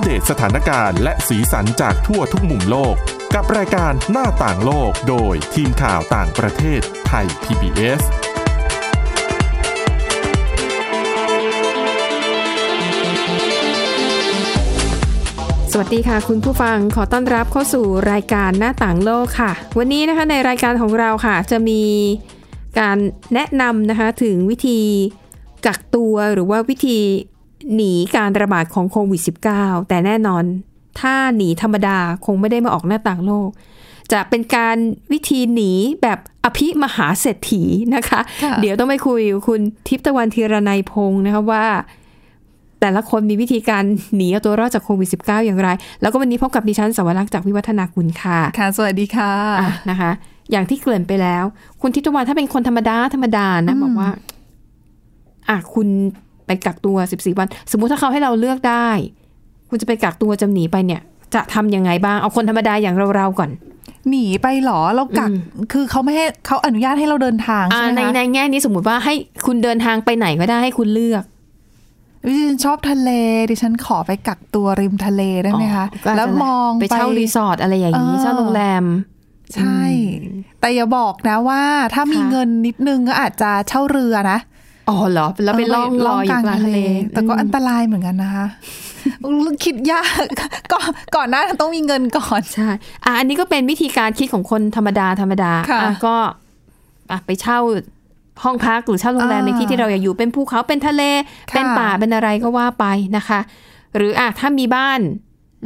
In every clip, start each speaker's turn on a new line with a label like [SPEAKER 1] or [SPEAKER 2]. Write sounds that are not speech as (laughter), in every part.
[SPEAKER 1] เดตสถานการณ์และสีสันจากทั่วทุกมุมโลก กับรายการหน้าต่างโลกโดยทีมข่าวต่างประเทศไทย PBS
[SPEAKER 2] สวัสดีค่ะคุณผู้ฟังขอต้อนรับเข้าสู่รายการหน้าต่างโลกค่ะ วันนี้นะคะในรายการของเราค่ะ จะมีการแนะนำนะคะถึงวิธีกักตัวหรือว่าวิธีหนีการระบาดของโควิด -19 แต่แน่นอน ถ้าหนีธรรมดาคงไม่ได้มาออกหน้าต่างโลก จะเป็นการวิธีหนีแบบอภิมหาเศรษฐีนะคะ
[SPEAKER 3] ค่ะ
[SPEAKER 2] เดี๋ยวต้องไปคุยกับคุณทิพย์ตะวันธีรนัยพงศ์นะคะว่า แต่ละคนมีวิธีการหนีเอาตัวรอดจากโควิด -19 อย่างไร แล้วก็วันนี้พบกับดิฉันสวรักษ์จากวิวัฒนาคุณค่ะ
[SPEAKER 3] ค่ะ สวัสดีค่ะ
[SPEAKER 2] อ่ะนะคะ อย่างที่เกริ่นไปแล้ว คุณทิพย์ตะวันถ้าเป็นคนธรรมดาธรรมดานะบอกว่า อ่ะคุณไปกักตัว 14 วัน สมมุติถ้าเขาให้เราเลือกได้ คุณจะไปกักตัวจะหนีไปเนี่ย จะทำยังไงบ้างเอาคนธรรมดาอย่างเรา ๆ ก่อน
[SPEAKER 3] หนีไปเหรอ เรากัก
[SPEAKER 2] อืม
[SPEAKER 3] คือเขาไม่ให้เขาอนุญาตให้เราเดินทาง
[SPEAKER 2] อ่า
[SPEAKER 3] ใช่ไห
[SPEAKER 2] ใน
[SPEAKER 3] ม
[SPEAKER 2] ใน
[SPEAKER 3] คะ
[SPEAKER 2] แง่นี้สมมุติว่าให้คุณเดินทางไปไหนก็ได้ให้คุณเลือก
[SPEAKER 3] ดิฉันชอบทะเล ดิฉันขอไปกักตัวริมทะเลได้ไหมคะ
[SPEAKER 2] ก็อาจจะ
[SPEAKER 3] แล้วมอง
[SPEAKER 2] ไป
[SPEAKER 3] ไป
[SPEAKER 2] เช่ารีสอร์ทอะไรอย่างนี้
[SPEAKER 3] เออ
[SPEAKER 2] เช่าโรงแรม
[SPEAKER 3] ใช่ แต่อย่าบอกนะว่า ถ้ามี
[SPEAKER 2] ค่ะ
[SPEAKER 3] เงินนิดนึงก็อาจจะเช่าเรือนะ
[SPEAKER 2] อ๋อเหรอแล้วไป
[SPEAKER 3] เ
[SPEAKER 2] ล่องลอยอยู่กลางทะเล
[SPEAKER 3] แต่ก็
[SPEAKER 2] ม
[SPEAKER 3] อันตรายเหมือนกันนะคะ
[SPEAKER 2] (laughs)
[SPEAKER 3] คิดยาก ก่อนก่อนหน้านั้นต้องมีเงินก่อน
[SPEAKER 2] ใช่อ่ะอันนี้ก็เป็นวิธีการคิดของคนธรรมดาธรรมดา
[SPEAKER 3] ค่ะ
[SPEAKER 2] อ่ะก็อ่ะไปเช่าห้องพักหรือเช่าโรงแรม
[SPEAKER 3] อ่า
[SPEAKER 2] ในที่ที่เราอยากอยู่เป็นภูเขาเป็นทะเล
[SPEAKER 3] ค่ะ
[SPEAKER 2] เป็นป่าเป็นอะไรก็ว่าไปนะคะ หรืออ่ะถ้ามีบ้าน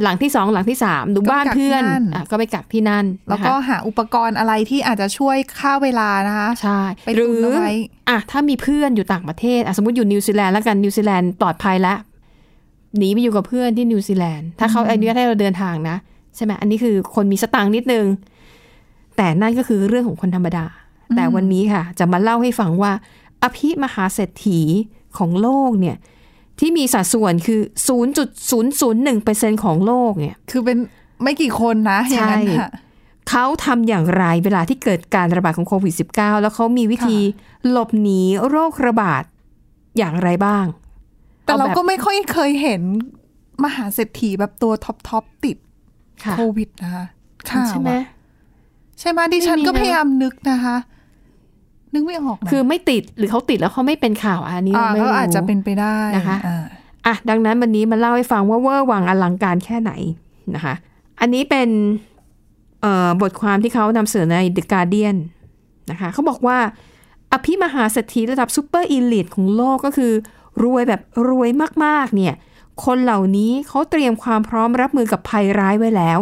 [SPEAKER 2] หลังที่สองหลังที่สามหรือบ้านเพื่อนอ่ะก็ไปกักที่นั่น
[SPEAKER 3] แล้วก็
[SPEAKER 2] นะคะ
[SPEAKER 3] หาอุปกรณ์อะไรที่อาจจะช่วยฆ่าเวลานะคะ
[SPEAKER 2] ใช่
[SPEAKER 3] ไป
[SPEAKER 2] ห
[SPEAKER 3] ตุ
[SPEAKER 2] รือ
[SPEAKER 3] นเอาไว้
[SPEAKER 2] อ่ะถ้ามีเพื่อนอยู่ต่างประเทศอ่ะสมมติอยู่นิวซีแลนด์แล้วกันนิวซีแลนด์ปลอดภัยแล้วหนีไปอยู่กับเพื่อนที่นิวซีแลนด์ถ้าเขาอนุญาตให้เราเดินทางนะใช่ไหมอันนี้คือคนมีสตางค์นิดนึง แต่นั่นก็คือเรื่องของคนธรรมดา แต่วันนี้ค่ะ จะมาเล่าให้ฟังว่า อภิมหาเศรษฐีของโลกเนี่ย ที่มีสัดส่วนคือ 0.001%ของโลกเนี่ย
[SPEAKER 3] คือเป็นไม่กี่คนนะอย่างนั้น
[SPEAKER 2] ใช่
[SPEAKER 3] ค่ะ
[SPEAKER 2] เขาทำอย่างไรเวลาที่เกิดการระบาดของโควิด -19 แล้วเขามีวิธีหลบหนีโรคระบาดอย่างไรบ้าง
[SPEAKER 3] แต่
[SPEAKER 2] เอาแบบ
[SPEAKER 3] เราก็ไม่ค่อยเคยเห็นมหาเศรษฐีแบบตัวท็อปทอปติด
[SPEAKER 2] ค่ะ
[SPEAKER 3] โควิดนะคะข่าวอะ
[SPEAKER 2] ใช่ไหม
[SPEAKER 3] ใช่ไหมดิฉัน
[SPEAKER 2] ไม่มีนะ
[SPEAKER 3] ก็พยายามนึกนะคะ นึกไม่ออกนะ
[SPEAKER 2] คือไม่ติดหรือเขาติดแล้วเขาไม่เป็นข่าวอันนี้
[SPEAKER 3] อ่า
[SPEAKER 2] เราไม่
[SPEAKER 3] ก็
[SPEAKER 2] รู้
[SPEAKER 3] อาจจะเป็นไปได้
[SPEAKER 2] นะคะ
[SPEAKER 3] อ่า
[SPEAKER 2] อ่ะดังนั้นวันนี้มาเล่าให้ฟังว่าเวอร์วังอลังการแค่ไหนนะคะ อันนี้เป็นเอ่อบทความที่เขานำเสนอใน The Guardian นะคะเขาบอกว่า อภิมหาเศรษฐีระดับซูเปอร์อ t ลิทของโลกก็คือ รวยแบบรวยมาก ๆ เนี่ย คนเหล่านี้เขาเตรียมความพร้อมรับมือกับภัยร้ายไว้แล้ว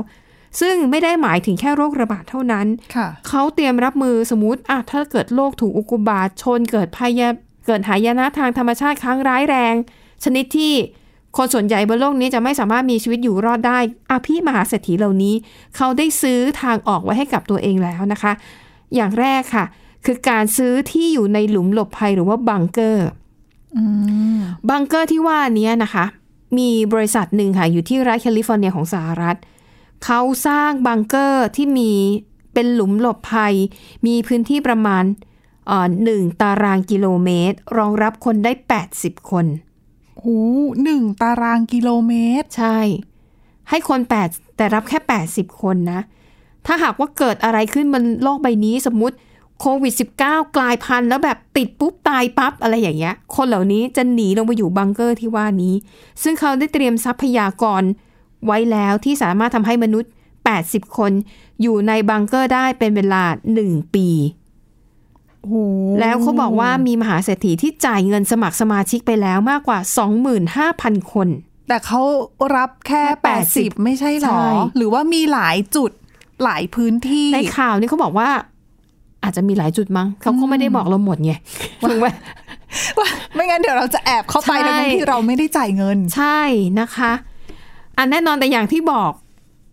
[SPEAKER 2] ซึ่งไม่ได้หมายถึงแค่โรคระบาดเท่านั้น
[SPEAKER 3] ค่ะ
[SPEAKER 2] เขาเตรียมรับมือสมมติอ่ะถ้าเกิดโรคถูกอุกกาบาตชนเกิดพายาเกิดหายนะทางธรรมชาติครั้งร้ายแรง ชนิดที่คนส่วนใหญ่บนโลกนี้จะไม่สามารถมีชีวิตอยู่รอดได้อะพี่มหาเศรษฐีเหล่านี้ เขาได้ซื้อทางออกไว้ให้กับตัวเองแล้วนะคะ อย่างแรกค่ะ คือการซื้อที่อยู่ในหลุมหลบภัยหรือว่าบังเกอร์
[SPEAKER 3] อืม
[SPEAKER 2] บังเกอร์ที่ว่านี้นะคะ มีบริษัทหนึ่งค่ะ อยู่ที่รัฐแคลิฟอร์เนียของสหรัฐ เขาสร้างบังเกอร์ที่มีเป็นหลุมหลบภัย มีพื้นที่ประมาณเอ่อหนึ่งตารางกิโลเมตร รองรับคนได้ 80 คน
[SPEAKER 3] หูหนึ่งตารางกิโลเมตร
[SPEAKER 2] ใช่ ให้คน8แต่รับแค่ 80 คนนะ ถ้าหากว่าเกิดอะไรขึ้นบนโลกใบนี้สมมุติโควิด -19 กลายพันธุ์แล้วแบบติดปุ๊บตายปั๊บอะไรอย่างเงี้ย คนเหล่านี้จะหนีลงไปอยู่บังเกอร์ที่ว่านี้ ซึ่งเขาได้เตรียมทรัพยากรไว้แล้วที่สามารถทำให้มนุษย์ 80 คน อยู่ในบังเกอร์ได้เป็นเวลา 1 ปี
[SPEAKER 3] หู
[SPEAKER 2] แล้วเขาบอกว่ามีมหาเศรษฐีที่จ่ายเงินสมัครสมาชิกไปแล้วมากกว่า 25,000 คน
[SPEAKER 3] แต่เขารับแค่
[SPEAKER 2] แค่
[SPEAKER 3] แปดสิบ
[SPEAKER 2] 80
[SPEAKER 3] ไม่ใช่เหร
[SPEAKER 2] ใช่
[SPEAKER 3] อ หรือว่ามีหลายจุดหลายพื้นที่
[SPEAKER 2] ในข่าวนี่เขาบอกว่าอาจจะมีหลายจุดมั้งเขาก็ไม่ได้บอกเราหมดไงถูกไหม
[SPEAKER 3] (laughs) ไม่งั้นเดี๋ยวเราจะแอบเข้าไป
[SPEAKER 2] ใช่
[SPEAKER 3] ในทั้งที่เราไม่ได้จ่ายเงิน
[SPEAKER 2] ใช่นะคะอันแน่นอนแต่อย่างที่บอก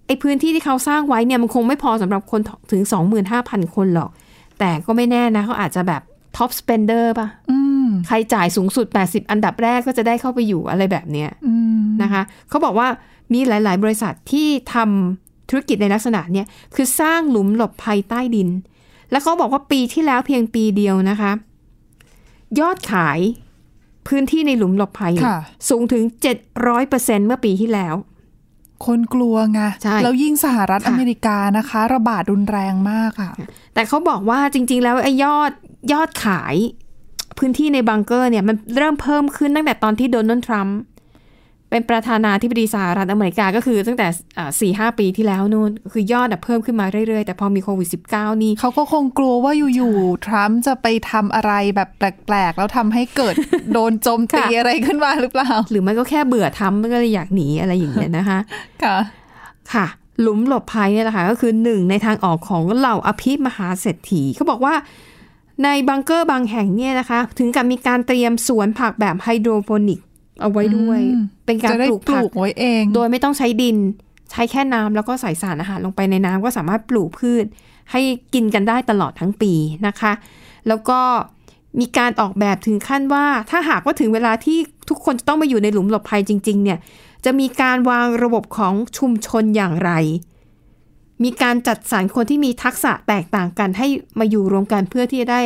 [SPEAKER 2] ไอ้พื้นที่ที่เขาสร้างไว้เนี่ยมันคงไม่พอสำหรับคนถึง 25,000 คนหรอก แต่ก็ไม่แน่นะเขาอาจจะแบบท็อปสเปนเดอร์ป่ะ
[SPEAKER 3] อืม
[SPEAKER 2] ใครจ่ายสูงสุด 80 อันดับแรกก็จะได้เข้าไปอยู่อะไรแบบเนี้ย
[SPEAKER 3] อืม
[SPEAKER 2] นะคะเขาบอกว่ามีหลาย ๆ บริษัทที่ทำธุรกิจในลักษณะเนี้ยคือสร้างหลุมหลบภัยใต้ดิน แล้วเขาบอกว่าปีที่แล้วเพียงปีเดียวนะคะ ยอดขายพื้นที่ในหลุมหลบภัยเนี่ย
[SPEAKER 3] ค่ะ
[SPEAKER 2] สูงถึง 700%เมื่อปีที่แล้ว
[SPEAKER 3] คนกลัวไง
[SPEAKER 2] ใช่
[SPEAKER 3] แล้วยิ่งสหรัฐ
[SPEAKER 2] ค่ะ
[SPEAKER 3] อเมริกานะคะ ระบาดรุนแรงมากอ่ะ
[SPEAKER 2] แต่เขาบอกว่าจริง ๆ แล้วไอ้ยอดยอดขายพื้นที่ในบังเกอร์เนี่ย มันเริ่มเพิ่มขึ้นตั้งแต่ตอนที่โดนัลด์ทรัมป์เป็นประธานาธิบดีสหรัฐอเมริกาก็คือตั้งแต่สี่ห้า4-5 ปีที่แล้วนู่นคือยอดอะเพิ่มขึ้นมาเรื่อย ๆ แต่พอมีโควิด -19 นี่
[SPEAKER 3] เขาก็คงกลัวว่าอยู่ๆทรัมป์จะไปทำอะไรแบบแปลกๆ แล้วทำให้เกิด โดนโจมตี
[SPEAKER 2] ค่ะ
[SPEAKER 3] อะไรขึ้นมาหรือเปล่า
[SPEAKER 2] หรือมันก็แค่เบื่อทำมันก็เลยอยากหนีอะไรอย่างเงี้ยนะคะ
[SPEAKER 3] ค่ะ
[SPEAKER 2] ค่ะ หลุมหลบภัยเนี่ยแหละค่ะ ก็คือหนึ่งในทางออกของเหล่าอภิมหาเศรษฐีเขาบอกว่าในบังเกอร์บางแห่งเนี่ยนะคะ ถึงกับมีการเตรียมสวนผักแบบไฮโดรโปนิก เอาไว้ด้วย
[SPEAKER 3] อืม
[SPEAKER 2] เป็นการ
[SPEAKER 3] จะได้
[SPEAKER 2] ปลูก
[SPEAKER 3] ป
[SPEAKER 2] ผั
[SPEAKER 3] ลู
[SPEAKER 2] ก
[SPEAKER 3] กไว้เอง
[SPEAKER 2] โดยไม่ต้องใช้ดินใช้แค่น้ำแล้วก็ใส่สารอาหารลงไปในน้ำก็สามารถปลูกพืช ให้กินกันได้ตลอดทั้งปีนะคะ แล้วก็มีการออกแบบถึงขั้นว่า ถ้าหากว่าถึงเวลาที่ทุกคนจะต้องมาอยู่ในหลุมหลบภัยจริง ๆ เนี่ย จะมีการวางระบบของชุมชนอย่างไร มีการจัดสรรคนที่มีทักษะแตกต่างกันให้มาอยู่รวมกันเพื่อที่จะได้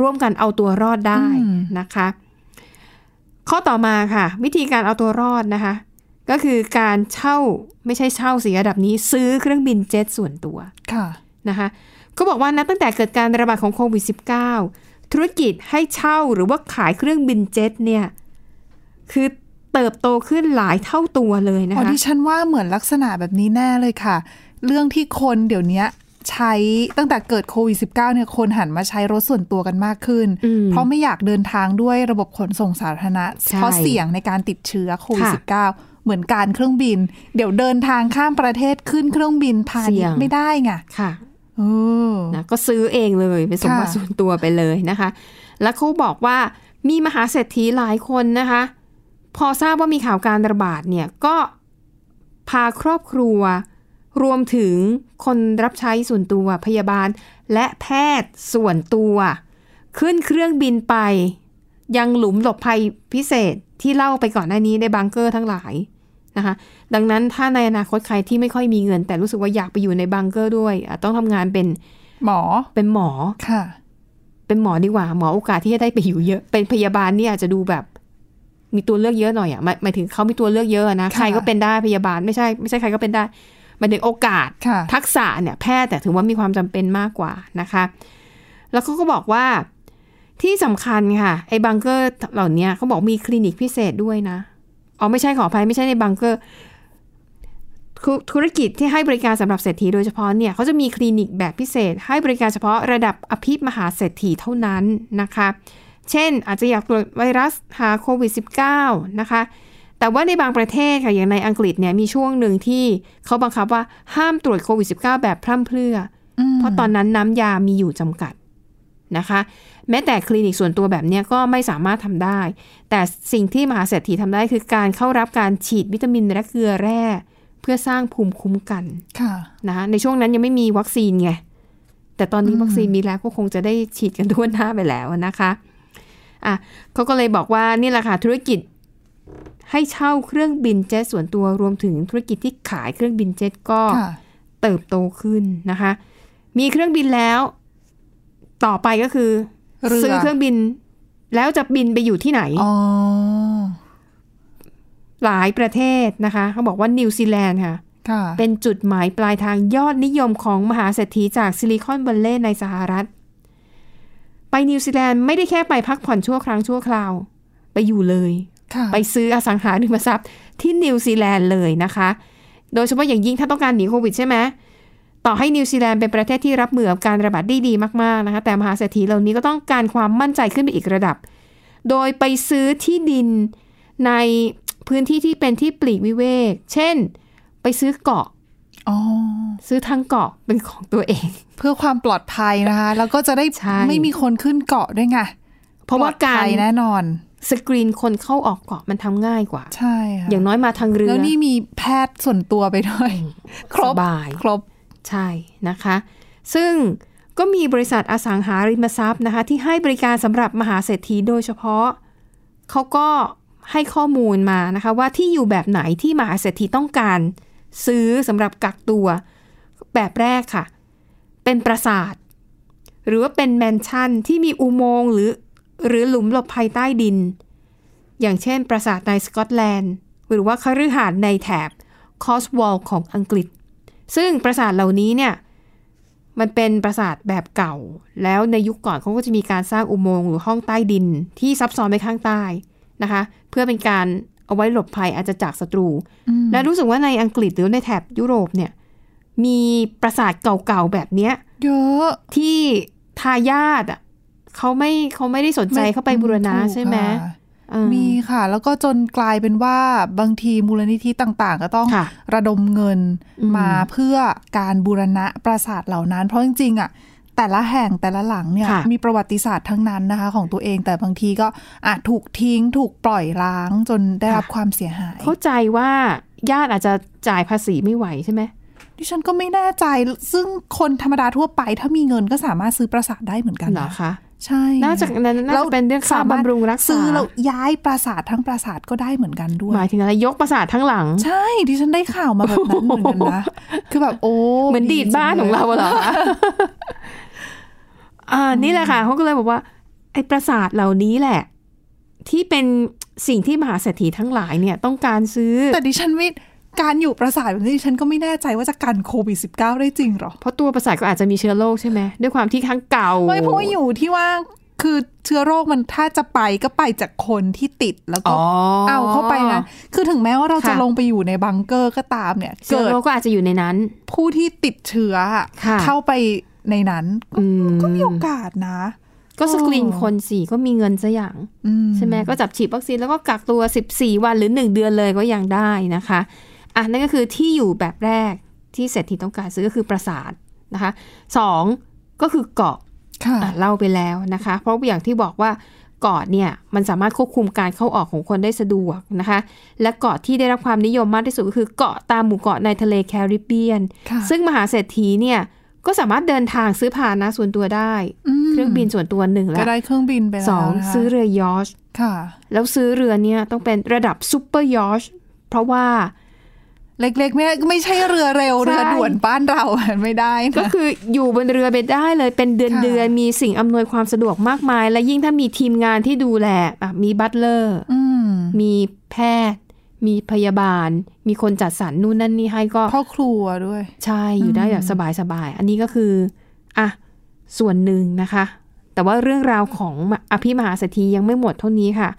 [SPEAKER 2] ร่วมกันเอาตัวรอดได้
[SPEAKER 3] อืม
[SPEAKER 2] นะคะ ข้อต่อมาค่ะ วิธีการเอาตัวรอดนะคะ ก็คือการเช่าไม่ใช่เช่าสิระดับนี้ ซื้อเครื่องบินเจ็ตส่วนตัว
[SPEAKER 3] ค่ะ
[SPEAKER 2] นะคะก็บอกว่านับตั้งแต่เกิดการระบาดของโควิด -19 ธุรกิจให้เช่าหรือว่าขายเครื่องบินเจ็ตเนี่ยคือเติบโตขึ้นหลายเท่าตัวเลยนะ
[SPEAKER 3] อ๋อ
[SPEAKER 2] คะ
[SPEAKER 3] ดิฉันว่าเหมือนลักษณะแบบนี้แน่เลยค่ะ เรื่องที่คนเดี๋ยวนี้ใช้ตั้งแต่เกิดโควิด -19 เนี่ยคนหันมาใช้รถส่วนตัวกันมากขึ้น
[SPEAKER 2] อืม
[SPEAKER 3] เพราะไม่อยากเดินทางด้วยระบบขนส่งสาธารณะ
[SPEAKER 2] ใช่
[SPEAKER 3] เพราะเสี่ยงในการติดเชื้อโควิด
[SPEAKER 2] ค่ะ
[SPEAKER 3] -19 เหมือนการเครื่องบิน เดี๋ยวเดินทางข้ามประเทศขึ้นเครื่องบินพา
[SPEAKER 2] เสี่
[SPEAKER 3] ณิช
[SPEAKER 2] ยง
[SPEAKER 3] ย์ไม่ได้ไง
[SPEAKER 2] ค่ะ
[SPEAKER 3] เออ
[SPEAKER 2] นะก็ซื้อเองเลยเป็นสมบัติ
[SPEAKER 3] ค่ะ
[SPEAKER 2] ส่วนตัวไปเลยนะคะ แล้วเขาบอกว่ามีมหาเศรษฐีหลายคนนะคะ พอทราบว่ามีข่าวการระบาดเนี่ยก็พาครอบครัว รวมถึงคนรับใช้ส่วนตัวพยาบาล และแพทย์ส่วนตัว ขึ้นเครื่องบินไป ยังหลุมหลบภัยพิเศษที่เล่าไปก่อนหน้านี้ในบังเกอร์ทั้งหลายนะคะ ดังนั้นถ้าในอนาคตใครที่ไม่ค่อยมีเงิน แต่รู้สึกว่าอยากไปอยู่ในบังเกอร์ด้วยอ่ะต้องทำงานเป็น
[SPEAKER 3] หมอ
[SPEAKER 2] เป็นหมอ
[SPEAKER 3] ค่ะ
[SPEAKER 2] เป็นหมอดีกว่า หมอโอกาสที่จะได้ไปอยู่เยอะ เป็นพยาบาลเนี่ยอาจจะดูแบบ มีตัวเลือกเยอะหน่อยอ่ะหมายหมายถึงเขามีตัวเลือกเยอะนะ
[SPEAKER 3] ค่ะ
[SPEAKER 2] ใครก็เป็นได้พยาบาลไม่ใช่ไม่ใช่ใครก็เป็นได้หมายถึงโอกาส
[SPEAKER 3] ค่ะ
[SPEAKER 2] ทักษะเนี่ยแพทย์แต่ยถือว่ามีความจำเป็นมากกว่านะคะ แล้วเขาก็บอกว่าที่สำคัญค่ะ ไอ้บังเกอร์เหล่าเนี้ยเขาบอกมีคลินิกพิเศษด้วยนะอ๋อไม่ใช่ขออภัยไม่ใช่ในบังเกอร์ธุธุรกิจที่ให้บริการสำหรับเศรษฐีโดยเฉพาะเนี่ยเขาจะมีคลินิกแบบพิเศษ ให้บริการเฉพาะระดับอภิมหาเศรษฐีเท่านั้นนะคะ เช่นอาจจะอยากตรวจไวรัสหาโควิด -19 นะคะ แต่ว่าในบางประเทศค่ะ อย่างในอังกฤษเนี่ยมีช่วงหนึ่งที่เขาบังคับว่าห้ามตรวจโควิด -19 แบบพร่ำเพรื่ออ
[SPEAKER 3] ม
[SPEAKER 2] เพราะตอนนั้นน้ำยามีอยู่จำกัดนะคะ แม้แต่คลินิกส่วนตัวแบบเนี้ยก็ไม่สามารถทำได้ แต่สิ่งที่มหาเศรษฐีทำได้คือการเข้ารับการฉีดวิตามินและเกลือแร่ เพื่อสร้างภูมิคุ้มกัน
[SPEAKER 3] ค่ะ
[SPEAKER 2] นะคะในช่วงนั้นยังไม่มีวัคซีนไง แต่ตอนนี้วัคซีนมีแล้วก็คงจะได้ฉีดกันทั่วหน้าไปแล้วนะคะอ่ะเขาก็เลยบอกว่านี่แหละค่ะธุรกิจ ให้เช่าเครื่องบินเจ็ตส่วนตัวรวมถึงธุรกิจที่ขายเครื่องบินเจ็ตก็
[SPEAKER 3] ค่ะ
[SPEAKER 2] เติบโตขึ้นนะคะ มีเครื่องบินแล้ว ต่อไปก็คือ
[SPEAKER 3] เรือ
[SPEAKER 2] ซื้อเครื่องบิน แล้วจะบินไปอยู่ที่ไหน
[SPEAKER 3] อ๋อ
[SPEAKER 2] หลายประเทศนะคะ เขาบอกว่านิวซีแลนด์ค่ะ
[SPEAKER 3] ค่ะ
[SPEAKER 2] เป็นจุดหมายปลายทางยอดนิยมของมหาเศรษฐีจากซิลิคอนวัลเลย์ในสหรัฐ ไปนิวซีแลนด์ไม่ได้แค่ไปพักผ่อนชั่วครั้งชั่วคราว ไปอยู่เลย
[SPEAKER 3] ค่ะ
[SPEAKER 2] ไปซื้ออสังหาริมทรัพย์ที่นิวซีแลนด์เลยนะคะ โดยเฉพาะอย่างยิ่งถ้าต้องการหนีโควิดใช่ไหม ต่อให้นิวซีแลนด์เป็นประเทศที่รับมือกับการระบาดได้ดีมากๆนะคะ แต่มหาเศรษฐีเหล่านี้ก็ต้องการความมั่นใจขึ้นไปอีกระดับ โดยไปซื้อที่ดินในพื้นที่ที่เป็นที่ปลีกวิเวก เช่น ไปซื้อเกาะ
[SPEAKER 3] อ๋อ
[SPEAKER 2] ซื้อทั้งเกาะเป็นของตัวเอง
[SPEAKER 3] เพื่อความปลอดภัยนะคะ แล้วก็จะได้
[SPEAKER 2] ใช่
[SPEAKER 3] ไม่มีคนขึ้นเกาะด้วยไง
[SPEAKER 2] เพราะว่าการ
[SPEAKER 3] ปลอดภัยแน่นอน
[SPEAKER 2] สกรีนคนเข้าออกเกาะมันทำง่ายกว่า
[SPEAKER 3] ใช่ค่ะ
[SPEAKER 2] อย่างน้อยมาทางเรือ
[SPEAKER 3] แล้วนี่มีแพทย์ส่วนตัวไปด้วย ครบ
[SPEAKER 2] สบาย
[SPEAKER 3] ครบ
[SPEAKER 2] ใช่นะคะ ซึ่งก็มีบริษัทอสังหาริมทรัพย์นะคะ ที่ให้บริการสำหรับมหาเศรษฐีโดยเฉพาะ เขาก็ให้ข้อมูลมานะคะ ว่าที่อยู่แบบไหนที่มหาเศรษฐีต้องการ ซื้อสำหรับกักตัว แบบแรกค่ะ เป็นปราสาท หรือว่าเป็นแมนชั่นที่มีอุโมงค์หรือหรือหลุมหลบภัยใต้ดิน อย่างเช่นปราสาทในสกอตแลนด์ หรือว่าคฤหาสน์ในแถบ คอสวอลของอังกฤษ ซึ่งปราสาทเหล่านี้เนี่ย มันเป็นปราสาทแบบเก่า แล้วในยุคก่อนเขาก็จะมีการสร้างอุโมงค์หรือห้องใต้ดินที่ซับซ้อนไปข้างใต้นะคะ เพื่อเป็นการเอาไว้หลบภัยอาจจะจากศัตรู และรู้สึกว่าในอังกฤษหรือในแถบยุโรปเนี่ย มีปราสาทเก่าๆแบบเนี้ย
[SPEAKER 3] เยอะ
[SPEAKER 2] ที่ทายาทอ่ะเขาไม่เขาไม่ได้สนใจเข้าไปบูรณะ
[SPEAKER 3] ถูก
[SPEAKER 2] ใช่ไหม
[SPEAKER 3] ค่ะ
[SPEAKER 2] เออ
[SPEAKER 3] มีค่ะ แล้วก็จนกลายเป็นว่าบางทีมูลนิธิต่างๆ ก็ต้อง
[SPEAKER 2] ค่ะ
[SPEAKER 3] ระดมเงิน
[SPEAKER 2] อืม
[SPEAKER 3] มาเพื่อการบูรณะปราสาทเหล่านั้น เพราะจริงๆอ่ะแต่ละแห่งแต่ละหลังเนี่ย
[SPEAKER 2] ค่ะ
[SPEAKER 3] มีประวัติศาสตร์ทั้งนั้นนะคะ ของตัวเองแต่บางทีก็อาจถูกทิ้ง ถูกปล่อยร้างจนได้รับ
[SPEAKER 2] ค่ะ
[SPEAKER 3] ความเสียหาย
[SPEAKER 2] เข้าใจว่าญาติอาจจะจ่ายภาษีไม่ไหวใช่ไหม
[SPEAKER 3] ดิฉันก็ไม่แน่ใจซึ่งคนธรรมดาทั่วไป ถ้ามีเงินก็สามารถซื้อปราสาทได้เหมือนกัน
[SPEAKER 2] เหรอ
[SPEAKER 3] นะคะ ใช่
[SPEAKER 2] น่าจะนั้นน่า
[SPEAKER 3] แล้ว
[SPEAKER 2] จะเป็นเรื่องค่า
[SPEAKER 3] สมถ
[SPEAKER 2] บำรุงรักษา
[SPEAKER 3] ซื้อแล้วย้ายปราสาททั้งปราสาทก็ได้เหมือนกันด้วย
[SPEAKER 2] หมายถึงอะไรยกปราสาททั้งหลัง
[SPEAKER 3] ใช่ ดิฉันได้ข่าวมาแบบนั้นเหมือนกันนะ คือแบบโอ้
[SPEAKER 2] เหมือนดีดบ้านของเราอะเหรอคะ (laughs) อ่า นี่แหละค่ะเขาก็เลยบอกว่า ไอ้ปราสาทเหล่านี้แหละ ที่เป็นสิ่งที่มหาเศรษฐีทั้งหลายเนี่ย ต้องการซื้อ
[SPEAKER 3] แต่ดิฉันไม่การอยู่ประสาทแบบนี้ดิฉันก็ไม่แน่ใจว่าจะกันโควิด -19 ได้จริงเหรอ
[SPEAKER 2] เพราะตัวปราสาทก็อาจจะมีเชื้อโรคใช่ไหมด้วยความที่ทั้งเก่า
[SPEAKER 3] ไม่เพราะว่าอยู่ที่ว่าคือเชื้อโรคมันถ้าจะไปก็ไปจากคนที่ติดแล้วก็
[SPEAKER 2] อ๋อ
[SPEAKER 3] เอาเข้าไปนะ คือถึงแม้ว่าเราจะ
[SPEAKER 2] ค่ะ
[SPEAKER 3] ลงไปอยู่ในบังเกอร์ก็ตามเนี่ย
[SPEAKER 2] เชื้อ
[SPEAKER 3] เกิด
[SPEAKER 2] โรคก็อาจจะอยู่ในนั้น
[SPEAKER 3] ผู้ที่ติดเชื้ออะ
[SPEAKER 2] ค่ะ
[SPEAKER 3] เข้าไปในนั้นก็
[SPEAKER 2] อืม
[SPEAKER 3] ก็มีโอกาสนะ
[SPEAKER 2] ก็สกรีนคนสี่ก็มีเงินซะอย่าง
[SPEAKER 3] อืม
[SPEAKER 2] ใช่ไหมก็จับฉีดวัคซีนแล้วก็กักตัว 14 วันหรือ 1 เดือนเลยก็ยังได้นะคะอ่ะนั่นก็คือที่อยู่แบบแรกที่เศรษฐีต้องการซื้อก็คือปราสาทนะคะสองก็คือเกาะ
[SPEAKER 3] ค่ะ
[SPEAKER 2] อ่ะเล่าไปแล้วนะคะ เพราะอย่างที่บอกว่าเกาะเนี่ยมันสามารถควบคุมการเข้าออกของคนได้สะดวกนะคะ และเกาะที่ได้รับความนิยมมากที่สุดก็คือเกาะตามหมู่เกาะในทะเลแคริบเบียน
[SPEAKER 3] ค่ะ
[SPEAKER 2] ซึ่งมหาเศรษฐีเนี่ยก็สามารถเดินทางซื้อพาหนะส่วนตัวได้
[SPEAKER 3] ม
[SPEAKER 2] เครื่องบินส่วนตัวหนึ่งและ
[SPEAKER 3] ก็ได้เครื่องบินไปแล้ว
[SPEAKER 2] สอง
[SPEAKER 3] นะคะ
[SPEAKER 2] ซื้อเรือยอช
[SPEAKER 3] ค่ะ
[SPEAKER 2] แล้วซื้อเรือเนี่ยต้องเป็นระดับซูเปอร์ยอชท์เพราะว่า
[SPEAKER 3] เล็กๆไม่ไม่ใช่เรือเร็ว
[SPEAKER 2] ใช่
[SPEAKER 3] เรือด่วนบ้านเรา ไม่ได้
[SPEAKER 2] ก็
[SPEAKER 3] นะ
[SPEAKER 2] คืออยู่บนเรือไปได้เลยเป็นเดือน
[SPEAKER 3] ค่ะ
[SPEAKER 2] เดือนมีสิ่งอำนวยความสะดวกมากมาย และยิ่งถ้ามีทีมงานที่ดูแลอ่ะมีบัตเลอร์
[SPEAKER 3] อืม
[SPEAKER 2] มีแพทย์ มีพยาบาล มีคนจัดสรรนู่นนั่นนี่ให้ก็
[SPEAKER 3] พ่อครัวด้วย
[SPEAKER 2] ใช่อยู่ได้แบบสบายๆ อันนี้ก็คืออ่ะส่วนหนึ่งนะคะ แต่ว่าเรื่องราวของอภิมหาเศรษฐียังไม่หมดเท่านี้ค่ะ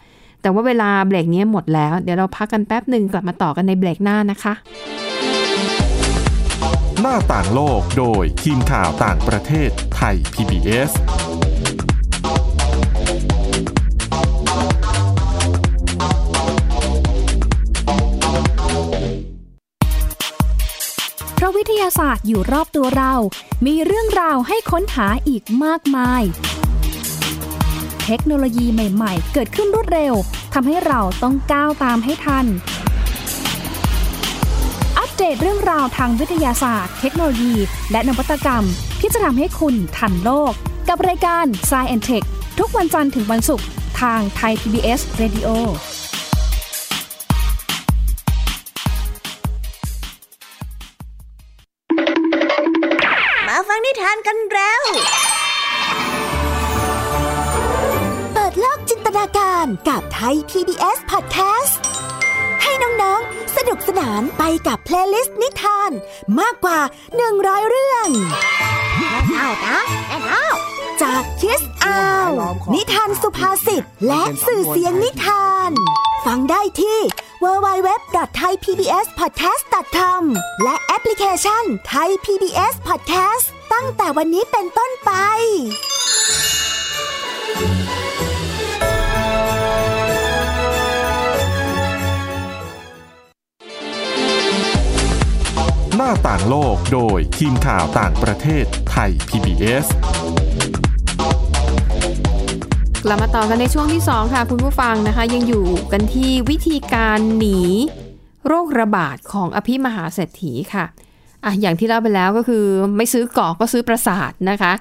[SPEAKER 2] แต่ว่าเวลาเบรกนี้หมดแล้ว เดี๋ยวเราพักกันแป๊บหนึ่งกลับมาต่อกันในเบรกหน้านะคะ
[SPEAKER 1] หน้าต่างโลกโดยทีมข่าวต่างประเทศไทย PBS
[SPEAKER 4] เพราะวิทยาศาสตร์อยู่รอบตัวเรา มีเรื่องราวให้ค้นหาอีกมากมาย เทคโนโลยีใหม่ ๆ เกิดขึ้นรวดเร็ว ทำให้เราต้องก้าวตามให้ทัน อัปเดตเรื่องราวทางวิทยาศาสตร์ เทคโนโลยี และนวัตกรรม ที่จะทำให้คุณทันโลก กับรายการ s c i e n t e c h ทุกวันจันทร์ถึงวันศุกร์ทางไทย PBS Radio
[SPEAKER 5] มาฟังนิทานกันแล้ว
[SPEAKER 6] เปิดโลกจินตนาการกับไทย PBS Podcast ให้น้องๆ สนุกสนานไปกับเพลย์ลิสต์นิทาน มากกว่า 100 เรื่อง
[SPEAKER 5] เอานะแอนเอา
[SPEAKER 6] จากคิสอาว นิทานสุภาษิตและสื่อเสียงนิทาน ฟังได้ที่ www.thaipbspodcast.com และแอปพลิเคชัน Thai PBS Podcast ตั้งแต่วันนี้เป็นต้นไป
[SPEAKER 1] หน้าต่างโลกโดยทีมข่าวต่างประเทศไทย PBS
[SPEAKER 2] กลับมาต่อกันในช่วงที่ 2 ค่ะ คุณผู้ฟังนะคะ ยังอยู่กันที่วิธีการหนีโรคระบาดของอภิมหาเศรษฐีค่ะอ่ะ อย่างที่เล่าไปแล้วก็คือไม่ซื้อเกาะก็ซื้อปราสาทนะคะ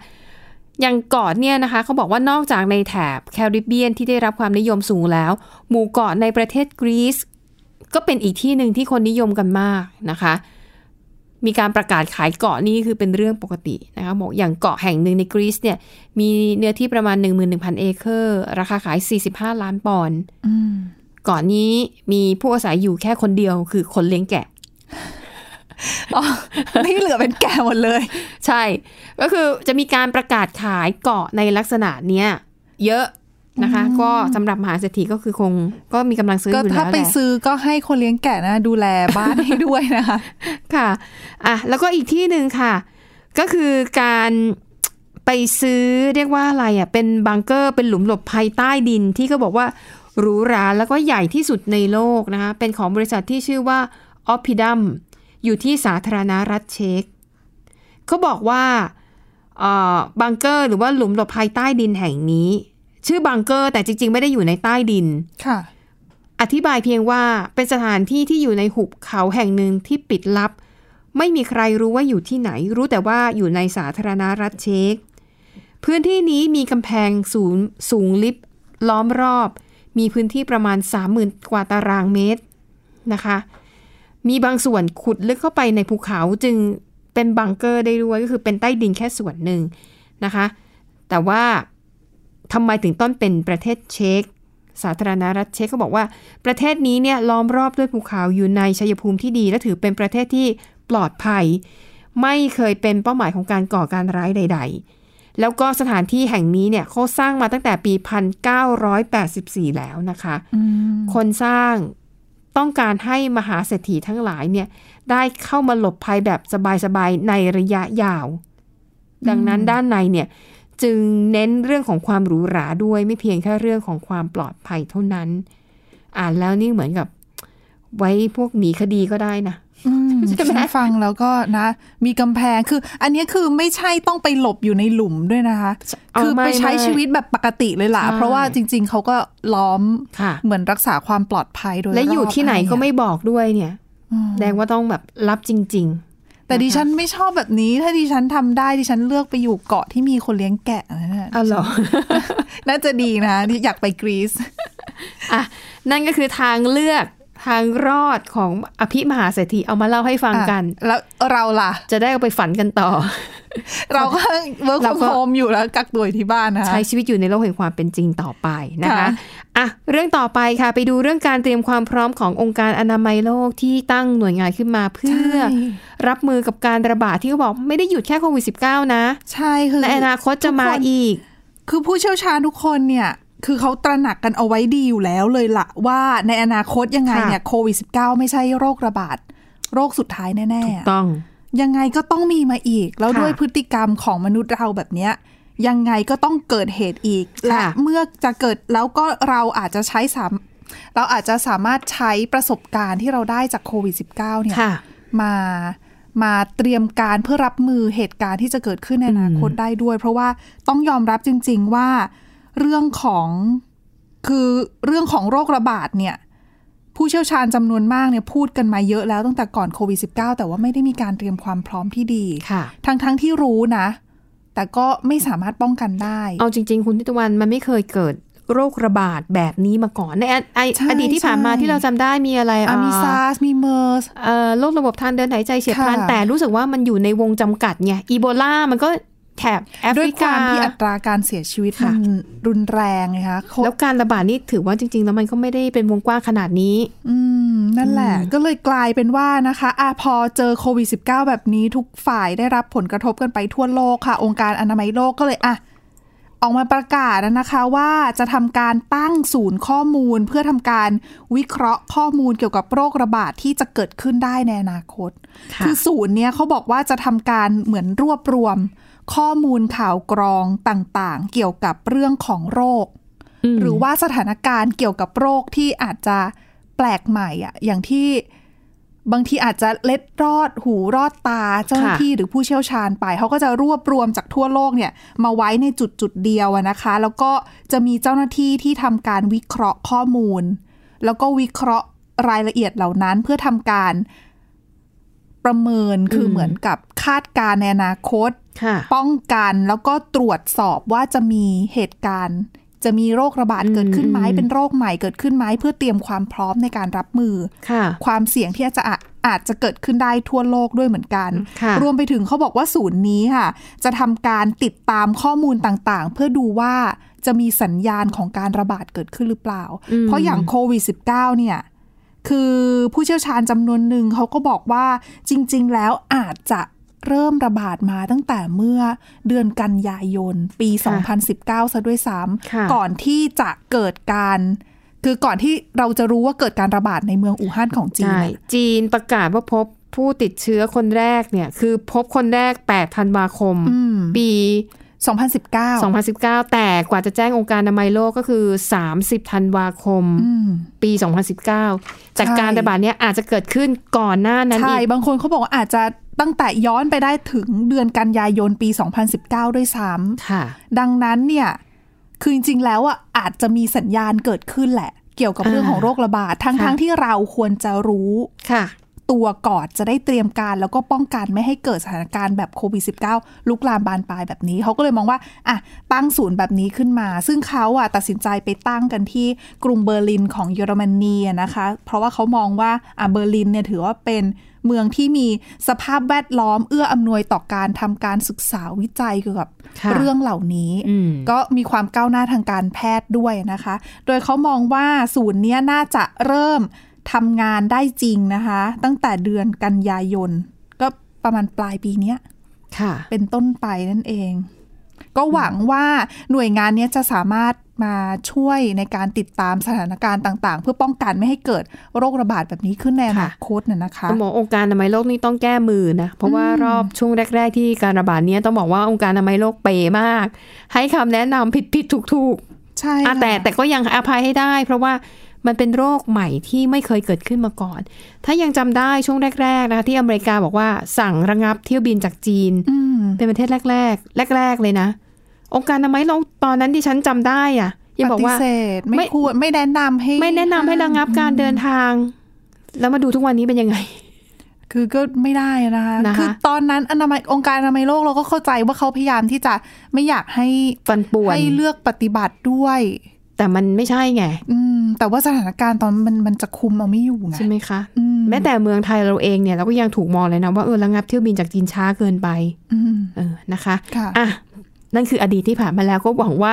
[SPEAKER 2] อย่างเกาะเนี่ยนะคะเขาบอกว่านอกจากในแถบแคริบเบียนที่ได้รับความนิยมสูงแล้ว หมู่เกาะในประเทศกรีซก็เป็นอีกที่หนึ่งที่คนนิยมกันมากนะคะ มีการประกาศขายเกาะนี่คือเป็นเรื่องปกตินะคะบอกอย่างเกาะแห่งหนึ่งในกรีซเนี่ยมีเนื้อที่ประมาณ 11,000 เอเคอร์ ราคาขาย 45 ล้านปอนด์
[SPEAKER 3] อืม
[SPEAKER 2] เกาะนี้มีผู้อาศัยอยู่แค่คนเดียวคือคนเลี้ยงแกะ
[SPEAKER 3] อ๋อ (laughs) นี่เหลือเป็นแกหมดเลย
[SPEAKER 2] ใช่ ก็คือจะมีการประกาศขายเกาะในลักษณะเนี้ยเยอะนะคะ ก็สำหรับมหาเศรษฐีก็คือคงก็มีกำลังซื้ออ
[SPEAKER 3] ก็
[SPEAKER 2] ยู่แล้ว
[SPEAKER 3] ถ้าไป
[SPEAKER 2] แหละ
[SPEAKER 3] ซื้อก็ให้คนเลี้ยงแกะนะ ดูแลบ้านให้ด้วยนะคะ
[SPEAKER 2] ค่ะอ่ะ แล้วก็อีกที่หนึ่งค่ะ ก็คือการไปซื้อเรียกว่าอะไรอ่ะ เป็นบังเกอร์ เป็นหลุมหลบภัยใต้ดินที่ก็บอกว่าหรูหราแล้วก็ใหญ่ที่สุดในโลกนะคะ เป็นของบริษัทที่ชื่อว่า o p p i d u m อยู่ที่สาธารณรัฐเช็กเขาบอกว่าเอ่อบังเกอร์หรือว่าหลุมหลบภัยใต้ดินแห่งนี้ ชื่อบังเกอร์แต่จริง ๆ ไม่ได้อยู่ในใต้ดิน
[SPEAKER 3] ค่ะ
[SPEAKER 2] อธิบายเพียงว่าเป็นสถานที่ที่อยู่ในหุบเขาแห่งหนึ่งที่ปิดลับ ไม่มีใครรู้ว่าอยู่ที่ไหน รู้แต่ว่าอยู่ในสาธารณรัฐเช็กพื้นที่นี้มีกำแพงสูงสูงลิบล้อมรอบ มีพื้นที่ประมาณ 30,000 กว่าตารางเมตรนะคะ มีบางส่วนขุดลึกเข้าไปในภูเขาจึงเป็นบังเกอร์ได้ด้วยก็คือเป็นใต้ดินแค่ส่วนหนึ่งนะคะ แต่ว่าทำไมถึงต้นเป็นประเทศเช็ก สาธารณรัฐเช็กก็บอกว่าประเทศนี้เนี่ยล้อมรอบด้วยภูเขาอยู่ในชัยภูมิที่ดี และถือเป็นประเทศที่ปลอดภัย ไม่เคยเป็นเป้าหมายของการก่อการร้ายใด ๆ แล้วก็สถานที่แห่งนี้เนี่ยเขาสร้างมาตั้งแต่ปี 1984 แล้วนะคะ คนสร้างต้องการให้มหาเศรษฐีทั้งหลายเนี่ยได้เข้ามาหลบภัยแบบสบายๆในระยะยาว ดังนั้นด้านในเนี่ย จึงเน้นเรื่องของความหรูหราด้วยไม่เพียงแค่เรื่องของความปลอดภัยเท่านั้น อ่านแล้วนี่เหมือนกับ ไว้พวกหนีคดีก็ได้นะ
[SPEAKER 3] อืม
[SPEAKER 2] ใช่ไหม
[SPEAKER 3] ฉันฟังแล้วก็นะ มีกำแพงคือ อันนี้คือไม่ใช่ต้องไปหลบอยู่ในหลุมด้วยนะคะ
[SPEAKER 2] เา
[SPEAKER 3] คือไป
[SPEAKER 2] ม่
[SPEAKER 3] ใช้
[SPEAKER 2] ม่
[SPEAKER 3] ชีวิตแบบปกติเลยล่ะ
[SPEAKER 2] ใช่
[SPEAKER 3] เพราะว่าจริง ๆ เขาก็ล้อม
[SPEAKER 2] ค่ะ
[SPEAKER 3] เหมือนรักษาความปลอดภัยโดย
[SPEAKER 2] และอยู่
[SPEAKER 3] รบ
[SPEAKER 2] ที่ไหนก็ไม่บอกด้วยเนี่ย
[SPEAKER 3] อืม
[SPEAKER 2] แสดงว่าต้องแบบรับจริง
[SPEAKER 3] แต่ดิฉันไม่ชอบแบบนี้ ถ้าดิฉันทำได้ดิฉันเลือกไปอยู่เกาะที่มีคนเลี้ยงแกะ (laughs) นะเนี่ย
[SPEAKER 2] ๆอ้าวเหรอ
[SPEAKER 3] น่าจะดีนะที่อยากไปกรีซ
[SPEAKER 2] อ่ะนั่นก็คือทางเลือกทางรอดของอภิมหาเศรษฐีเอามาเล่าให้ฟังกัน
[SPEAKER 3] อ่ะแล้วเราล่ะ
[SPEAKER 2] จะได้เอาไปฝันกันต่อ
[SPEAKER 3] เราก็ work
[SPEAKER 2] เรา
[SPEAKER 3] from
[SPEAKER 2] ก็
[SPEAKER 3] home อยู่แล้วกักตัว (laughs) อยู่ที่บ้านนะคะ
[SPEAKER 2] ใช้ชีวิตอยู่ในโลกแห่งความเป็นจริงต่อไปนะคะ
[SPEAKER 3] ค่ะ
[SPEAKER 2] อ่ะ เรื่องต่อไปค่ะ ไปดูเรื่องการเตรียมความพร้อมขององค์การอนามัยโลกที่ตั้งหน่วยงานขึ้นมาเพื่อ รับมือกับการระบาดที่เขาบอกไม่ได้หยุดแค่โควิด -19 นะ
[SPEAKER 3] ใช่คือ
[SPEAKER 2] ในอนาคตจะมา
[SPEAKER 3] ทุกคน
[SPEAKER 2] อีก
[SPEAKER 3] คือผู้เชี่ยวชาญทุกคนเนี่ย คือเขาตระหนักกันเอาไว้ดีอยู่แล้วเลยละว่าในอนาคตยังไง
[SPEAKER 2] ค่ะ
[SPEAKER 3] เนี่ยโควิด -19 ไม่ใช่โรคระบาด โรคสุดท้ายแน่
[SPEAKER 2] ถูก
[SPEAKER 3] ๆ
[SPEAKER 2] ต้อง
[SPEAKER 3] ยังไงก็ต้องมีมาอีก แล้ว
[SPEAKER 2] ค่ะ
[SPEAKER 3] ด้วยพฤติกรรมของมนุษย์เราแบบเนี้ยยังไงก็ต้องเกิดเหตุอีก และ
[SPEAKER 2] ค่ะ
[SPEAKER 3] เมื่อจะเกิดแล้วก็เราอาจจะใช้สามเราอาจจะสามารถใช้ประสบการณ์ที่เราได้จากโควิด -19 เนี่ย
[SPEAKER 2] ค่ะ
[SPEAKER 3] มามาเตรียมการเพื่อรับมือเหตุการณ์ที่จะเกิดขึ้นในอนาคตได้ด้วย เพราะว่าต้องยอมรับจริง ๆ ว่าเรื่องของคือเรื่องของโรคระบาดเนี่ย ผู้เชี่ยวชาญจำนวนมากเนี่ยพูดกันมาเยอะแล้วตั้งแต่ก่อนโควิด -19 แต่ว่าไม่ได้มีการเตรียมความพร้อมที่ดี
[SPEAKER 2] ค่ะ
[SPEAKER 3] ทั้งทั้งๆที่รู้นะ แต่ก็ไม่สามารถป้องกันได้
[SPEAKER 2] เอาจริง ๆ คุณทิตวันมันไม่เคยเกิดโรคระบาดแบบนี้มาก่อน ในอไอ
[SPEAKER 3] ใช่
[SPEAKER 2] อดีตที่ผ่านมา
[SPEAKER 3] ใช่
[SPEAKER 2] ที่เราจำได้มีอะไร
[SPEAKER 3] อ่ะมี
[SPEAKER 2] เอ่อ
[SPEAKER 3] ซาร์สมีเมอร์ส
[SPEAKER 2] เอ่อโรคระบบทางเดินหายใจเฉียบพลัน
[SPEAKER 3] ค่ะ
[SPEAKER 2] แต่รู้สึกว่ามันอยู่ในวงจำกัดไงอีโบลามันก็แถบแอฟ
[SPEAKER 3] ด้วย
[SPEAKER 2] ริ
[SPEAKER 3] ค
[SPEAKER 2] กา
[SPEAKER 3] วามที่อัตราการเสียชีวิตมันรุนแรงไงคะ
[SPEAKER 2] แล้วการระบาดนี่ถือว่าจริง ๆ แล้วมันก็ไม่ได้เป็นวงกว้างขนาดนี้
[SPEAKER 3] อืมนั่นแหละ ก็เลยกลายเป็นว่านะคะอะพอเจอโควิด -19 แบบนี้ทุกฝ่ายได้รับผลกระทบกันไปทั่วโลกค่ะ องค์การอนามัยโลกก็เลยอ่ะ ออกมาประกาศนะคะว่าจะทำการตั้งศูนย์ข้อมูล เพื่อทำการวิเคราะห์ข้อมูลเกี่ยวกับโรคระบาดที่จะเกิดขึ้นได้ในอนาคต
[SPEAKER 2] ค่ะ
[SPEAKER 3] อศูนย์เนี่ยเขาบอกว่าจะทำการเหมือนรวบรวม ข้อมูลข่าวกรองต่างๆ เกี่ยวกับเรื่องของโรค หรือว่าสถานการณ์เกี่ยวกับโรคที่อาจจะแปลกใหม่อะอย่างที่บางทีอาจจะเล็ดรอดหูรอดตาเจ้าหน้าที่หรือผู้เชี่ยวชาญไป เขาก็จะรวบรวมจากทั่วโลกเนี่ย มาไว้ในจุดจุดๆเดียวอะนะคะ แล้วก็จะมีเจ้าหน้าที่ที่ทำการวิเคราะห์ข้อมูล แล้วก็วิเคราะห์รายละเอียดเหล่านั้นเพื่อทำการประเมินคือเหมือนกับคาดการณ์ในอนาคต
[SPEAKER 2] ค่ะ
[SPEAKER 3] ป้องกันแล้วก็ตรวจสอบว่าจะมีเหตุการณ์ จะมีโรคระบาดเกิดขึ้นไหม
[SPEAKER 2] อืม
[SPEAKER 3] เป็นโรคใหม่เกิดขึ้นไหมเพื่อเตรียมความพร้อมในการรับมือ
[SPEAKER 2] ค่ะ
[SPEAKER 3] ความเสี่ยงที่อาจจะอาอาจจะเกิดขึ้นได้ทั่วโลกด้วยเหมือนกัน
[SPEAKER 2] ค่ะ
[SPEAKER 3] รวมไปถึงเขาบอกว่าศูนย์นี้ค่ะ จะทำการติดตามข้อมูลต่างๆ เพื่อดูว่าจะมีสัญญาณของการระบาดเกิดขึ้นหรือเปล่า เพราะอย่างโควิด -19 เนี่ย คือผู้เชี่ยวชาญจำนวนหนึ่งเขาก็บอกว่าจริง ๆ แล้วอาจจะเริ่มระบาดมาตั้งแต่เมื่อเดือนกันยายน ปี
[SPEAKER 2] ค่ะ
[SPEAKER 3] 2019 ซะด้วยซ้
[SPEAKER 2] ค่ะ
[SPEAKER 3] ำก่อนที่จะเกิดการ คือก่อนที่เราจะรู้ว่าเกิดการระบาดในเมืองอู่ฮั่นของจีน
[SPEAKER 2] ใช่
[SPEAKER 3] อะ
[SPEAKER 2] จีนประกาศว่าพบผู้ติดเชื้อคนแรกเนี่ย คือพบคนแรก8ธันวาคม
[SPEAKER 3] อืม
[SPEAKER 2] ปี
[SPEAKER 3] 2019
[SPEAKER 2] 2019 แต่กว่าจะแจ้งองค์การอนามัยโลกก็คือ 30ธันวาคม
[SPEAKER 3] อืม
[SPEAKER 2] ปี 2019 จากการ
[SPEAKER 3] ใช่
[SPEAKER 2] ระบาดเนี้ยอาจจะเกิดขึ้นก่อนหน้านั้น
[SPEAKER 3] ใช่
[SPEAKER 2] อีก
[SPEAKER 3] บางคนเขาบอกว่าอาจจะตั้งแต่ย้อนไปได้ถึงเดือนกันยายนปี 2019 ด้วยซ้
[SPEAKER 2] ค่ะ
[SPEAKER 3] ำดังนั้นเนี่ย คือจริงๆ แล้วอ่ะอาจจะมีสัญญาณเกิดขึ้นแหละ เกี่ยวกับ
[SPEAKER 2] อ่า
[SPEAKER 3] เรื่องของโรคระบาด ทั้งๆ
[SPEAKER 2] ค่ะ
[SPEAKER 3] ที่เราควรจะรู้
[SPEAKER 2] ค่ะ
[SPEAKER 3] ตัวก่อนจะได้เตรียมการ แล้วก็ป้องกันไม่ให้เกิดสถานการณ์แบบโควิด -19 ลุกลามบานปลายแบบนี้ เขาก็เลยมองว่าอ่ะตั้งศูนย์แบบนี้ขึ้นมา ซึ่งเขาอ่ะตัดสินใจไปตั้งกันที่กรุงเบอร์ลินของเยอรมนีอะนะคะ เพราะว่าเขามองว่าอ่ะเบอร์ลินเนี่ยถือว่าเป็น เมืองที่มีสภาพแวดล้อมเอื้ออำนวยต่อการทำการศึกษาวิจัยเกี่ยวกับ
[SPEAKER 2] ค่ะ
[SPEAKER 3] เรื่องเหล่านี้
[SPEAKER 2] อืม
[SPEAKER 3] ก็มีความก้าวหน้าทางการแพทย์ด้วยนะคะ โดยเขามองว่าศูนย์เนี้ยน่าจะเริ่มทำงานได้จริงนะคะ ตั้งแต่เดือนกันยายน ก็ประมาณปลายปีเนี้ย
[SPEAKER 2] ค่ะ
[SPEAKER 3] เป็นต้นไปนั่นเอง ก็หวังว่าหน่วยงานเนี้ยจะสามารถมาช่วยในการติดตามสถานการณ์ต่างๆ เพื่อป้องกันไม่ให้เกิดโรคระบาดแบบนี้ขึ้นในอนาคตน่ะนะคะ
[SPEAKER 2] ต้องบอกองค์การอนามัยโลกนี่ต้องแก้มือนะ เพราะว่ารอบช่วงแรก ๆ ที่การระบาดเนี้ยต้องบอกว่าองค์การอนามัยโลกเปมาก ให้คำแนะนำผิดผิดถูกถูก
[SPEAKER 3] ใช่
[SPEAKER 2] ๆอ่ะ
[SPEAKER 3] ค่ะ
[SPEAKER 2] แต่แต่ก็ยังอภัยให้ได้ เพราะว่ามันเป็นโรคใหม่ที่ไม่เคยเกิดขึ้นมาก่อน ถ้ายังจำได้ช่วงแรก ๆ นะคะที่อเมริกาบอกว่าสั่งระงับเที่ยวบินจากจีน
[SPEAKER 3] อืม
[SPEAKER 2] เป็นประเทศแรก ๆ แรก ๆ เลยนะ องค์การอนามัยโลกตอนนั้นที่ฉันจำได้อ่ะยังบอกว่า
[SPEAKER 3] ปฏิเสธ
[SPEAKER 2] ไม่
[SPEAKER 3] ไม่ควรไม่แนะนำให้
[SPEAKER 2] ไม่แนะนำให้ระงับการเดินทาง แล้วมาดูทุกวันนี้เป็นยังไง (laughs)
[SPEAKER 3] คือก็ไม่ได้นะคะ
[SPEAKER 2] นะคะ
[SPEAKER 3] คือตอนนั้นอนามัยองค์การอนามัยโลกเราก็เข้าใจว่าเขาพยายามที่จะไม่อยากให้
[SPEAKER 2] ฟันป่วน
[SPEAKER 3] ให้เลือกปฏิบัติด้วย
[SPEAKER 2] แต่มันไม่ใช่ไง
[SPEAKER 3] อืม แต่ว่าสถานการณ์ตอนมันมันจะคุมเอาไม่อยู่ไง
[SPEAKER 2] ใช่ไหมคะ
[SPEAKER 3] อื
[SPEAKER 2] แม้แต่เมืองไทยเราเองเนี่ยเราก็ยังถูกมองเลยนะว่าเออระงับเที่ยวบินจากจีนช้าเกินไป
[SPEAKER 3] อืม
[SPEAKER 2] เออนะคะ
[SPEAKER 3] ค่ะ
[SPEAKER 2] อ่ะนั่นคืออดีตที่ผ่านมาแล้วก็หวังว่า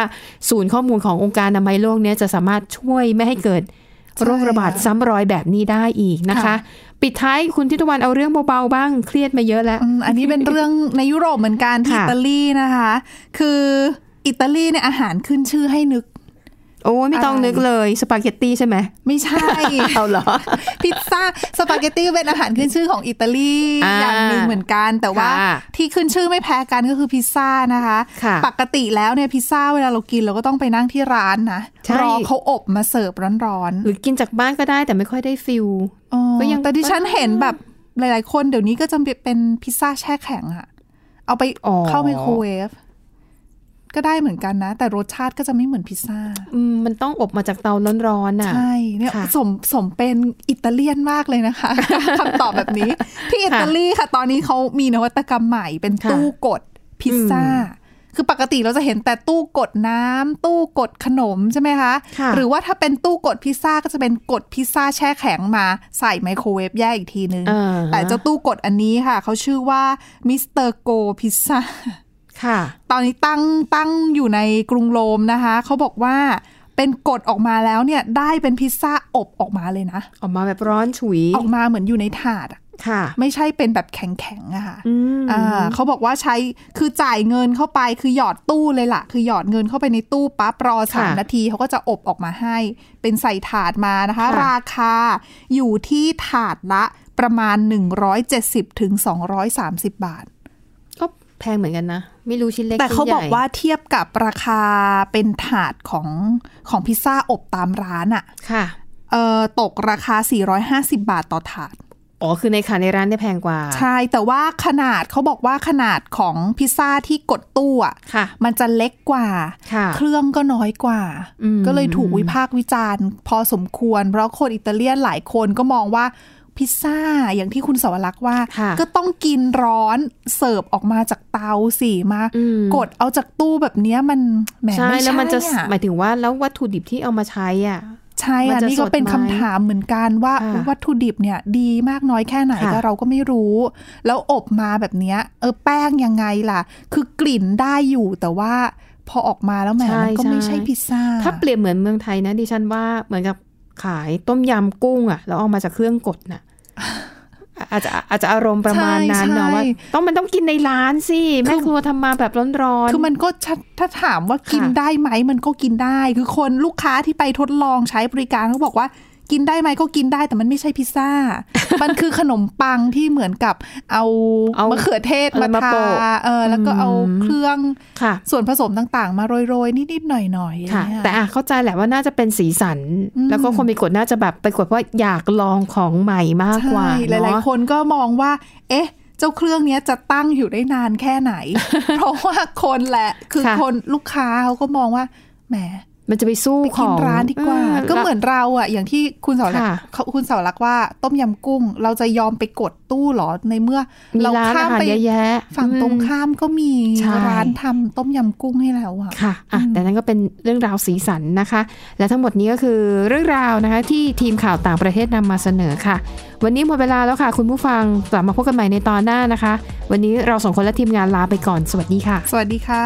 [SPEAKER 2] ศูนย์ข้อมูลขององค์การอนามัยโลกเนี่ยจะสามารถช่วยไม่ให้เกิด
[SPEAKER 3] ใช่
[SPEAKER 2] โรคระบาดซ้ำรอยแบบนี้ได้อีกนะคะ
[SPEAKER 3] ค่ะ
[SPEAKER 2] ปิดท้ายคุณทิตวันเอาเรื่องเบาๆบ้างเครียดมาเยอะแล้ว
[SPEAKER 3] อืมอันนี้เป็นเรื่องในยุโรปเหมือนกันที่
[SPEAKER 2] ค่ะ
[SPEAKER 3] อิตาลีนะคะ คืออิตาลีเนี่ยอาหารขึ้นชื่อให้นึก
[SPEAKER 2] โอ้ยไม่ต้องนึกเลยสปาเกตตี้ใช่ไหม
[SPEAKER 3] ไม่ใช่
[SPEAKER 2] เอาเหรอ
[SPEAKER 3] พิซซ่าสปาเกตตี้เป็นอาหารขึ้นชื่อของอิตาลี
[SPEAKER 2] อ่า
[SPEAKER 3] อย่างหนึ่งเหมือนกัน แต่ว่า
[SPEAKER 2] ค่ะ
[SPEAKER 3] ที่ขึ้นชื่อไม่แพ้กันก็คือพิซซ่านะคะ
[SPEAKER 2] ค่ะ
[SPEAKER 3] ปกติแล้วเนี่ยพิซซ่าเวลาเรากินเราก็ต้องไปนั่งที่ร้านนะรอเขาอบมาเสิร์ฟร้อน
[SPEAKER 2] หรือกินจากบ้านก็ได้แต่ไม่ค่อยได้ฟิล
[SPEAKER 3] ๆอ๋อ
[SPEAKER 2] ก็ยัง
[SPEAKER 3] แต่ที่ฉันเห็นแบบหลาย ๆ คนเดี๋ยวนี้ก็จะเป็นพิซซ่าแช่แข็งอะเอาไปเข้าไมโครเวฟก็ได้เหมือนกันนะ แต่รสชาติก็จะไม่เหมือนพิซซ่า
[SPEAKER 2] อืมมันต้องอบมาจากเตาร้อนๆน่ะ
[SPEAKER 3] ใช่เนี่ย
[SPEAKER 2] ค่ะ
[SPEAKER 3] สมสมเป็นอิตาเลียนมากเลยนะคะ (laughs) คำตอบแบบนี้ ที่อิตาลีค่ะ ตอนนี้เขามีนวัตกรรมใหม่เป็น
[SPEAKER 2] ค่ะ
[SPEAKER 3] ตู้กดพิซซ่า คือปกติเราจะเห็นแต่ตู้กดน้ำตู้กดขนมใช่ไหมคะ
[SPEAKER 2] ค่ะ
[SPEAKER 3] หรือว่าถ้าเป็นตู้กดพิซซ่าก็จะเป็นกดพิซซ่าแช่แข็งมาใส่ไมโครเวฟแยกอีกทีนึง
[SPEAKER 2] อ่า
[SPEAKER 3] แต่เจ้าตู้กดอันนี้ค่ะ เขาชื่อว่ามิสเตอร์โกพิซซ่า
[SPEAKER 2] ค่ะ
[SPEAKER 3] ตอนนี้ตั้งตั้งอยู่ในกรุงโรมนะคะ เขาบอกว่าเป็นกดออกมาแล้วเนี่ยได้เป็นพิซซ่าอบออกมาเลยนะ
[SPEAKER 2] ออกมาแบบร้อนฉุย
[SPEAKER 3] ออกมาเหมือนอยู่ในถาดอะ
[SPEAKER 2] ค่ะ
[SPEAKER 3] ไม่ใช่เป็นแบบแข็งๆอะค่ะ
[SPEAKER 2] อืม
[SPEAKER 3] อ่าเขาบอกว่าใช้คือจ่ายเงินเข้าไปคือหยอดตู้เลยล่ะ คือหยอดเงินเข้าไปในตู้ปั๊บรอสาม
[SPEAKER 2] ค่ะ
[SPEAKER 3] นาทีเขาก็จะอบออกมาให้ เป็นใส่ถาดมานะคะ
[SPEAKER 2] ค่ะ
[SPEAKER 3] ราคาอยู่ที่ถาดละประมาณ 170ถึง230 บาท
[SPEAKER 2] ก็แพงเหมือนกันนะ ไม่รู้ชิ้นเล็ก
[SPEAKER 3] แต่เขา
[SPEAKER 2] ชิ้นให
[SPEAKER 3] บ
[SPEAKER 2] ญ่
[SPEAKER 3] อกว่าเทียบกับราคาเป็นถาดของของพิซซ่าอบตามร้านอะ
[SPEAKER 2] ค่ะ
[SPEAKER 3] เอ่อตกราคา 450 บาทต่อถาด
[SPEAKER 2] อ๋อ คือในขาในร้านได้แพงกว่า
[SPEAKER 3] ใช่ แต่ว่าขนาดเขาบอกว่าขนาดของพิซซ่าที่กดตู้อะ
[SPEAKER 2] ค่ะ
[SPEAKER 3] มันจะเล็กกว่า
[SPEAKER 2] ค่ะ
[SPEAKER 3] เครื่องก็น้อยกว่า
[SPEAKER 2] อืม
[SPEAKER 3] ก็เลยถูกวิพากษ์วิจารณ์ พอสมควร เพราะคนอิตาเลียนหลายคนก็มองว่าพิซซ่าอย่างที่คุณสวรักษ์ว่า
[SPEAKER 2] ค่ะ
[SPEAKER 3] ก็ต้องกินร้อนเสิร์ฟออกมาจากเตาสิมา
[SPEAKER 2] อืม
[SPEAKER 3] กดเอาจากตู้แบบเนี้ยมันแหม
[SPEAKER 2] ใช่
[SPEAKER 3] ไม่ใช่
[SPEAKER 2] แล้วมันจะ
[SPEAKER 3] อะ
[SPEAKER 2] หมายถึงว่า แล้ววัตถุดิบที่เอามาใช้อ่ะ
[SPEAKER 3] ใช่
[SPEAKER 2] มัน
[SPEAKER 3] อะ
[SPEAKER 2] จะ
[SPEAKER 3] นี่ก็เป็น
[SPEAKER 2] สดไหม
[SPEAKER 3] คำถามเหมือนกันว่า
[SPEAKER 2] ค่ะ
[SPEAKER 3] วัตถุดิบเนี่ยดีมากน้อยแค่ไหน
[SPEAKER 2] ค่ะ
[SPEAKER 3] ก็เราก็ไม่รู้ แล้วอบมาแบบเนี้ยเออแป้งยังไงล่ะ คือกลิ่นได้อยู่แต่ว่าพอออกมาแล้วแหมมันก็ไม่ใช่พิซซ่า
[SPEAKER 2] ถ้าเปรียบเหมือนเมืองไทยนะดิฉันว่าเหมือนกับ ขายต้มยำกุ้งอะแล้วเอามาจากเครื่องกด
[SPEAKER 3] (laughs)
[SPEAKER 2] น่ะ อาจจะอาจจะอารมณ์ประมาณนั้นเนาะ
[SPEAKER 3] ใช่ใช่
[SPEAKER 2] ว่า ต้องมันต้องกินในร้านสิแม่
[SPEAKER 3] คือ
[SPEAKER 2] ครัวทำมาแบบร้อนๆ
[SPEAKER 3] คือมันก็ถ้าถ้าถามว่ากิน
[SPEAKER 2] ค่ะ
[SPEAKER 3] ได้ไหมมันก็กินได้ คือคนลูกค้าที่ไปทดลองใช้บริการเขาบอกว่า กินได้ไหมก็กินได้แต่มันไม่ใช่พิซ
[SPEAKER 2] (laughs)
[SPEAKER 3] ซ่า มันคือขนมปังที่เหมือนกับเอา
[SPEAKER 2] เอา
[SPEAKER 3] มะเขือเทศ
[SPEAKER 2] อะไร
[SPEAKER 3] มา
[SPEAKER 2] มา
[SPEAKER 3] ทา
[SPEAKER 2] โปะ
[SPEAKER 3] เออแล้วก็เอา
[SPEAKER 2] อืม
[SPEAKER 3] เครื่อง
[SPEAKER 2] ค่ะ
[SPEAKER 3] ส่วนผสมต่างๆ มาโรยๆ นิดๆหน่อยๆ
[SPEAKER 2] ค่ะ
[SPEAKER 3] อย่างเงี้ย
[SPEAKER 2] แต่อ่ะเข้าใจแหละว่าน่าจะเป็นสีสัน
[SPEAKER 3] อืม
[SPEAKER 2] แล้วก็คนไปกดน่าจะแบบไปกดเพราะอยากลองของใหม่มากกว่า
[SPEAKER 3] ใช่หลาย
[SPEAKER 2] เนาะ
[SPEAKER 3] ๆ คนก็มองว่า เอ๊ะ เจ้าเครื่องเนี้ยจะตั้งอยู่ได้นานแค่ไหน (laughs) เพราะว่าคนแหละ คือ
[SPEAKER 2] ค่ะ
[SPEAKER 3] คนลูกค้าเขาก็มองว่า แหม
[SPEAKER 2] มันจะไปสู้
[SPEAKER 3] ไป
[SPEAKER 2] ข
[SPEAKER 3] กิ
[SPEAKER 2] อน ง
[SPEAKER 3] ร้านดีกว่า
[SPEAKER 2] อ
[SPEAKER 3] ก็เหมือนเราอะอย่างที่คุณเสาวรัก
[SPEAKER 2] ค่ะ
[SPEAKER 3] เขาคุณเสาวรักว่าต้มยำกุ้ง เราจะยอมไปกดตู้เหรอในเมื่อ
[SPEAKER 2] มี
[SPEAKER 3] เรา
[SPEAKER 2] ร้าน
[SPEAKER 3] ข้า
[SPEAKER 2] อามหาร
[SPEAKER 3] ไป
[SPEAKER 2] เยอะแยะ
[SPEAKER 3] ฝั่งตรงข้ามก็มี
[SPEAKER 2] ใช่
[SPEAKER 3] ร้านทำต้มยำกุ้งให้แล้วอะ
[SPEAKER 2] ค่ะอ่ะ
[SPEAKER 3] อืม
[SPEAKER 2] แต่นั่นก็เป็นเรื่องราวสีสันนะคะ และทั้งหมดนี้ก็คือเรื่องราวนะคะ ที่ทีมข่าวต่างประเทศนำมาเสนอค่ะ วันนี้หมดเวลาแล้วค่ะ คุณผู้ฟังกลับมาพบกันใหม่ในตอนหน้านะคะ วันนี้เราสองคนและทีมงานลาไปก่อนสวัสดีค่ะ
[SPEAKER 3] สวัสดีค่ะ